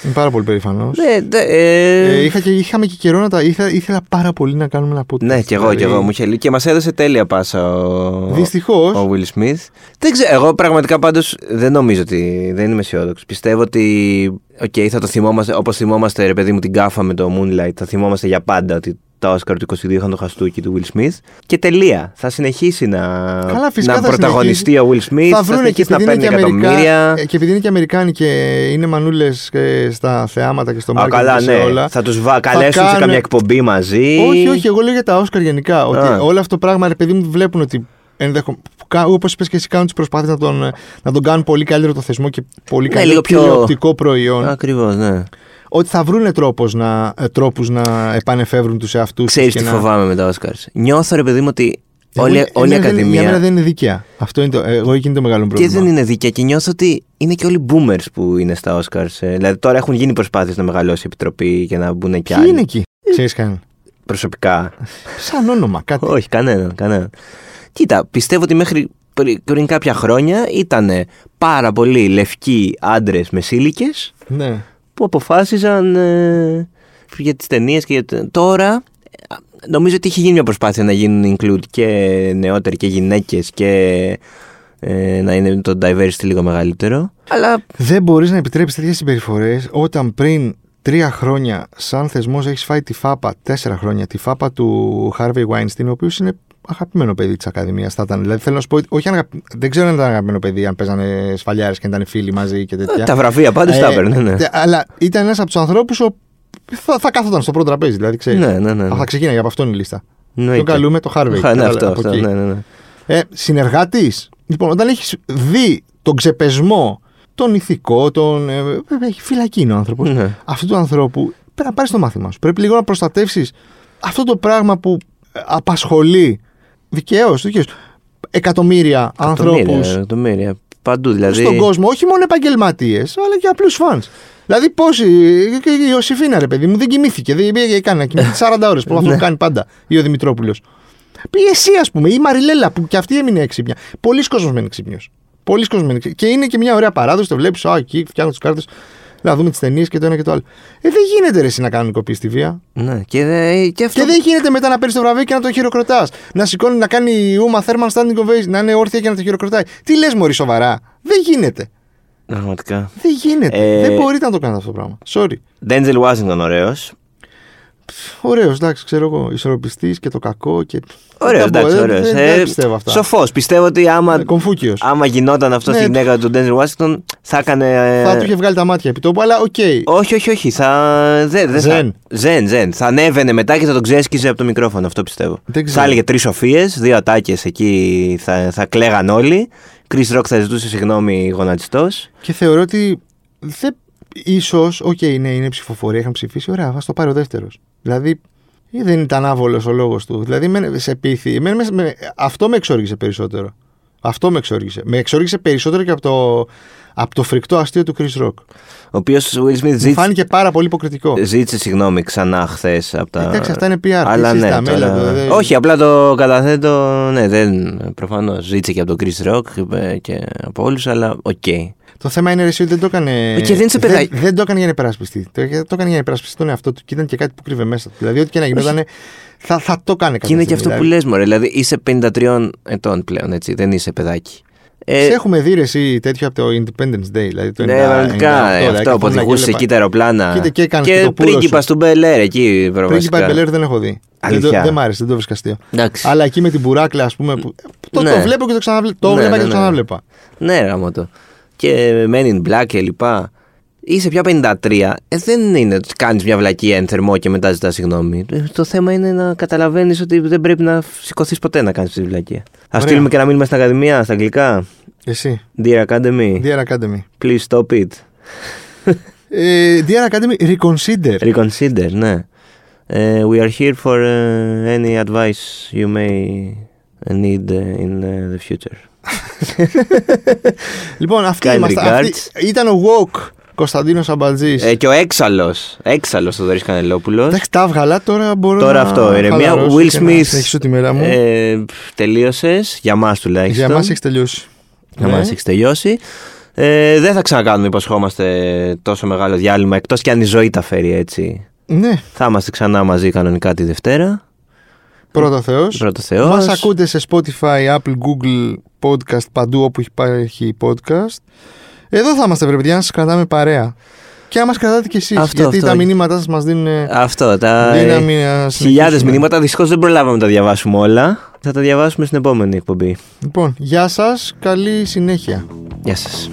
Speaker 1: Είμαι πάρα πολύ περήφανος.
Speaker 2: Ναι, ναι, ε,
Speaker 1: Ε, είχα και, είχαμε και καιρό να τα. Είχα, ήθελα πάρα πολύ να κάνουμε ένα podcast. δηλαδή.
Speaker 2: ναι, κι εγώ, κι εγώ. Μου είχε λείψει. Και μας έδωσε τέλεια πάσα ο,
Speaker 1: Δυστυχώς.
Speaker 2: ο Will Smith. Δεν ξέρω, εγώ πραγματικά πάντως δεν νομίζω ότι. Δεν είμαι αισιόδοξος. Πιστεύω ότι. Οκ, θα το θυμόμαστε. Όπως θυμόμαστε, ρε παιδί μου, την κάφα με το Moonlight. Θα θυμόμαστε για πάντα ότι τα Όσκαρ του 22 είχαν το χαστούκι του Will Smith. Και τελεία. Θα συνεχίσει να,
Speaker 1: Καλά, φυσικά
Speaker 2: να
Speaker 1: θα
Speaker 2: πρωταγωνιστεί ο Will Smith.
Speaker 1: θα βρουν και
Speaker 2: συνεχίσει να
Speaker 1: επειδή, είναι
Speaker 2: παίρνει
Speaker 1: και Αμερικα...
Speaker 2: εκατομμύρια.
Speaker 1: ε, και επειδή είναι και Αμερικάνοι και είναι μανούλες στα θεάματα και στο
Speaker 2: Α,
Speaker 1: μάρκετ
Speaker 2: καλά,
Speaker 1: και σε
Speaker 2: ναι.
Speaker 1: ε, όλα.
Speaker 2: Θα τους καλέσουν σε
Speaker 1: κάνουν-
Speaker 2: καμιά εκπομπή μαζί.
Speaker 1: Όχι, όχι, εγώ λέω για τα Όσκαρ γενικά. Ότι
Speaker 2: Α.
Speaker 1: όλο αυτό το πράγμα, ρε παιδί μου, βλέπουν ότι Όπως είπες και εσύ, κάνουν τις προσπάθειες να τον, να τον κάνουν πολύ καλύτερο το θεσμό και πολύ
Speaker 2: Ναι,
Speaker 1: καλύτερο
Speaker 2: λίγο πιο-
Speaker 1: τηλεοπτικό προϊόν.
Speaker 2: Ακριβώς, ναι.
Speaker 1: Ότι θα βρουν τρόπους να, ε, τρόπους να επανεφεύρουν τους εαυτούς τους.
Speaker 2: Ξέρεις
Speaker 1: και
Speaker 2: τι
Speaker 1: να...
Speaker 2: φοβάμαι με τα Όσκαρ. Νιώθω, ρε παιδί μου, ότι
Speaker 1: Εγώ-
Speaker 2: Όλη-
Speaker 1: εμένα
Speaker 2: όλη η
Speaker 1: δεν-
Speaker 2: Ακαδημία.
Speaker 1: Για μένα δεν είναι δικαία. Αυτό είναι το, ε, εγώ εκείνη το μεγάλο μου
Speaker 2: Και
Speaker 1: πρόβλημα.
Speaker 2: δεν είναι δίκαια. Και νιώθω ότι είναι και όλοι boomers που είναι στα Oscars. ε. Δηλαδή τώρα έχουν γίνει προσπάθειες να μεγαλώσει η επιτροπή και να μπουν και
Speaker 1: Ποιοι
Speaker 2: άλλοι.
Speaker 1: είναι εκεί, ξέρει κανένα.
Speaker 2: Προσωπικά.
Speaker 1: Σαν όνομα, κάτι.
Speaker 2: Όχι, κανέναν, κανέναν. Κοίτα, πιστεύω ότι μέχρι πρι- πριν κάποια χρόνια ήταν πάρα πολλοί λευκοί άντρες με σύλικε
Speaker 1: ναι.
Speaker 2: που αποφάσιζαν ε, για τις ταινίες και για. τα- Τώρα ε, νομίζω ότι είχε γίνει μια προσπάθεια να γίνουν include και νεότεροι και γυναίκες και ε, να είναι το diversity λίγο μεγαλύτερο. Αλλά
Speaker 1: Δεν μπορείς να επιτρέψεις τέτοιες συμπεριφορές όταν πριν τρία χρόνια, σαν θεσμός, έχεις φάει τη φάπα, τέσσερα χρόνια, τη φάπα του Harvey Weinstein, ο οποίος είναι αγαπημένο παιδί της Ακαδημίας. Θα ήταν. Δηλαδή, θέλω να σου πω, ότι- όχι αγαπη... δεν ξέρω αν ήταν αγαπημένο παιδί, αν παίζανε σφαλιάρες και αν ήταν φίλοι μαζί και τέτοια.
Speaker 2: Ε, τα βραβεία πάντως τα
Speaker 1: Ε,
Speaker 2: έπαιρνε. Ναι.
Speaker 1: τε- Αλλά ήταν ένας από τους ανθρώπους που θα, θα κάθονταν στο πρώτο τραπέζι, δηλαδή ξέρεις.
Speaker 2: Ναι, ναι, ναι, ναι.
Speaker 1: Θα ξεκίναγε από αυτόν η λίστα.
Speaker 2: Εννοείται.
Speaker 1: Τον καλούμε το Harvey.
Speaker 2: Χα- ναι,
Speaker 1: Κατάλαβα,
Speaker 2: αυτό,
Speaker 1: από
Speaker 2: αυτό,
Speaker 1: εκεί.
Speaker 2: ναι, ναι, ναι.
Speaker 1: Ε, Συνεργάτης. Λοιπόν, όταν έχεις δει τον ξεπεσμό, τον ηθικό, τον. ε, βέβαια, έχει φυλακή είναι ο άνθρωπος.
Speaker 2: Ναι.
Speaker 1: Αυτού του ανθρώπου πρέπει να πάρεις το μάθημά σου. Πρέπει λίγο να προστατεύσεις αυτό το πράγμα που ε, απασχολεί δικαίως εκατομμύρια ανθρώπους
Speaker 2: Εκατομμύρια, εκατομμύρια. Παντού δηλαδή.
Speaker 1: στον κόσμο, όχι μόνο επαγγελματίες, αλλά και απλούς φαν. Δηλαδή, πόσοι. και Η Ιωσήφίνα, ρε παιδί μου, δεν κοιμήθηκε. Δεν πήγε κάνει να κοιμηθεί 40 ώρες που αυτό κάνει πάντα. Ή ο Δημητρόπουλος. Πήγε εσύ, ας πούμε, ή η Μαριλέλα που και αυτή έμεινε έξυπνια. Πολλοί κόσμοι μένουν ξύπνιο. Πολλοί κόσμοι μένουν ξύπνιος. Και είναι και μια ωραία παράδοση. Το βλέπεις, Α, εκεί φτιάχνω του κάρτες. Να δούμε τις ταινίες και το ένα και το άλλο. Ε, δεν γίνεται ρε, εσύ να κανονικοποιεί τη βία.
Speaker 2: Ναι, και, δε- και αυτό.
Speaker 1: Και δεν γίνεται μετά να παίρνεις το βραβείο και να το χειροκροτάς. Να σηκώνει να κάνει η Ούμα Θέρμαν standing ovation, να είναι όρθια και να το χειροκροτάει. Τι λες, Μωρή, σοβαρά. Δεν γίνεται.
Speaker 2: Πραγματικά.
Speaker 1: Δεν γίνεται.
Speaker 2: Ε,
Speaker 1: Δεν μπορείτε να το κάνετε αυτό το πράγμα. Sorry.
Speaker 2: Ντέντζελ Ουάσιγκτον, ωραίο.
Speaker 1: Ωραίο, εντάξει, ξέρω εγώ. Ισορροπιστής και το κακό. Και...
Speaker 2: Ωραίος,
Speaker 1: Δεν τα
Speaker 2: εντάξει, Ε,
Speaker 1: μπορώ,
Speaker 2: ωραίος.
Speaker 1: Δεν, δεν, πιστεύω αυτά.
Speaker 2: Σοφός. Πιστεύω ότι άμα,
Speaker 1: Ε, Κομφούκιος.
Speaker 2: άμα γινόταν αυτό
Speaker 1: Ναι.
Speaker 2: στη γυναίκα του Ντέντζελ Ουάσιγκτον, θα έκανε. ε,
Speaker 1: Θα του είχε βγάλει τα μάτια επί τόπου, αλλά οκ.
Speaker 2: Όχι, όχι, όχι. Θα... Δεν, δεν
Speaker 1: Ζεν.
Speaker 2: Θα... Ζεν, ζεν. Θα ανέβαινε μετά και θα τον ξέσκιζε από το μικρόφωνο. Αυτό πιστεύω.
Speaker 1: Δεν ξέρω.
Speaker 2: θα έλεγε τρεις σοφίες, δύο ατάκες εκεί θα, θα κλαίγαν όλοι. Κρι Ροκ θα ζητούσε συγγνώμη γονατιστός.
Speaker 1: Και θεωρώ ότι. Δεν... Ίσως, οκ, ναι, είναι ψηφοφορία, είχαν ψηφίσει. Ωραία, ας το πάρει ο δεύτερος. Δηλαδή, ή δεν ήταν άβολος ο λόγος του. Δηλαδή, με, σε πείθη. εμένα με- με- αυτό με εξόργησε περισσότερο. Αυτό με εξόργησε. Με εξόργησε περισσότερο και από το, από το φρικτό αστείο του Chris Rock.
Speaker 2: Ο οποίος Will Smith
Speaker 1: Μου
Speaker 2: ζήτησε, Ε,
Speaker 1: φάνηκε πάρα πολύ υποκριτικό.
Speaker 2: ζήτησε συγγνώμη ξανά χθες από τα.
Speaker 1: Εντάξει, αυτά είναι PR, τι
Speaker 2: Αλλά ναι,
Speaker 1: συζητάμε,
Speaker 2: τώρα-
Speaker 1: έλα, δεν-
Speaker 2: Όχι, απλά το καταθέτω. Ναι, δεν. Προφανώς ζήτησε και από τον Chris Rock είπε, και από όλους, αλλά οκ.
Speaker 1: Το θέμα είναι ρε, εσύ ότι δεν το έκανε.
Speaker 2: Και δεν σε πειράζει.
Speaker 1: δεν, δεν το έκανε για να υπερασπιστεί. Το, το έκανε για να υπερασπιστεί τον εαυτό του και ήταν και κάτι που κρύβε μέσα του. Δηλαδή, ό,τι και να γινόταν, θα, θα το κάνει κάποια
Speaker 2: Και είναι και
Speaker 1: στιγμή,
Speaker 2: αυτό που
Speaker 1: δηλαδή.
Speaker 2: λες, Μωρέ. Δηλαδή είσαι 53 ετών πλέον, έτσι. Δεν είσαι παιδάκι. Ε,
Speaker 1: Δηλαδή, Σε έχουμε δει ρε, εσύ τέτοιο από το Independence Day. Δηλαδή, το
Speaker 2: ναι,
Speaker 1: 90,
Speaker 2: βαρβικά,
Speaker 1: 98,
Speaker 2: ε,
Speaker 1: δηλαδή,
Speaker 2: αυτό που
Speaker 1: καθόμουν και
Speaker 2: οδηγούσε
Speaker 1: έβλεπα.
Speaker 2: εκεί τα αεροπλάνα.
Speaker 1: Κοίτα, και έκανες και
Speaker 2: και
Speaker 1: το πούλο σου.
Speaker 2: πρίγκιπα του Μπελέρ εκεί,
Speaker 1: Πρίγκιπα
Speaker 2: προβασικά.
Speaker 1: Μπελέρ δεν έχω δει. Δεν το,
Speaker 2: Αλήθεια.
Speaker 1: δεν μ' άρεσε, δεν το βρίσκα αστείο.
Speaker 2: Εντάξει.
Speaker 1: Αλλά εκεί με την μπουράκλα, ας πούμε. Που, το,
Speaker 2: Ναι.
Speaker 1: το βλέπω και το ξαναβλέπω. Το
Speaker 2: Ναι,
Speaker 1: βλέπα
Speaker 2: ναι,
Speaker 1: και το
Speaker 2: ναι.
Speaker 1: ξαναβλέπα.
Speaker 2: Ναι, γάμο το. Και Men in Black και λοιπά. Είσαι πια 53. Ε, δεν είναι ότι κάνεις μια βλακία εν θερμό και μετά ζητάς συγγνώμη. Ε, Το θέμα είναι να καταλαβαίνεις ότι δεν πρέπει να σηκωθείς ποτέ να κάνεις τη βλακία. Ας
Speaker 1: Ωραία.
Speaker 2: στείλουμε και ένα μήνυμα στην Ακαδημία στα αγγλικά.
Speaker 1: Εσύ.
Speaker 2: Dear Academy,
Speaker 1: Dear Academy.
Speaker 2: please stop it.
Speaker 1: Ε, Dear Academy, reconsider.
Speaker 2: Reconsider, ναι. Ε, we are here for ε, any advice you may need ε, in ε, the future.
Speaker 1: Λοιπόν, αυτή
Speaker 2: Kind
Speaker 1: είμαστε.
Speaker 2: regards.
Speaker 1: Αυτή, ήταν ο Walk Κωνσταντίνος Αμπατζής.
Speaker 2: Ε, και ο έξαλλος, έξαλλος ο Δωρής Κανελόπουλος.
Speaker 1: Εντάξει, τα έβγαλα, τώρα μπορώ
Speaker 2: Τώρα
Speaker 1: να
Speaker 2: αυτό, ηρεμία.
Speaker 1: χαλαρώσω
Speaker 2: Will
Speaker 1: και να
Speaker 2: Smith.
Speaker 1: συνεχίσω ναι, τη μέρα μου.
Speaker 2: Ε, Τελείωσες. Για μας τουλάχιστον.
Speaker 1: Για μας έχεις τελειώσει.
Speaker 2: Για
Speaker 1: Ναι.
Speaker 2: μας έχεις τελειώσει. Ε, δεν θα ξανακάνουμε, υποσχόμαστε, τόσο μεγάλο διάλειμμα. Εκτός κι αν η ζωή τα φέρει έτσι.
Speaker 1: Ναι,
Speaker 2: Θα είμαστε ξανά μαζί κανονικά τη Δευτέρα.
Speaker 1: πρώτο Θεός.
Speaker 2: Πρώτο Θεός.
Speaker 1: Μας ακούτε σε Spotify, Apple, Google, podcast, παντού όπου υπάρχει podcast. Εδώ θα είμαστε, βρε παιδιά, να σας κρατάμε παρέα. Και άμα μας κρατάτε κι εσείς,
Speaker 2: Αυτό,
Speaker 1: γιατί
Speaker 2: αυτό.
Speaker 1: τα μηνύματά σας μας δίνουν ε,
Speaker 2: Αυτό. Τα
Speaker 1: δύναμη να
Speaker 2: χιλιάδε
Speaker 1: συνεχίσουμε.
Speaker 2: μηνύματα. Δυστυχώς δεν προλάβαμε να τα διαβάσουμε όλα. Θα τα διαβάσουμε στην επόμενη εκπομπή.
Speaker 1: Λοιπόν, γεια σας, καλή συνέχεια.
Speaker 2: Γεια σας.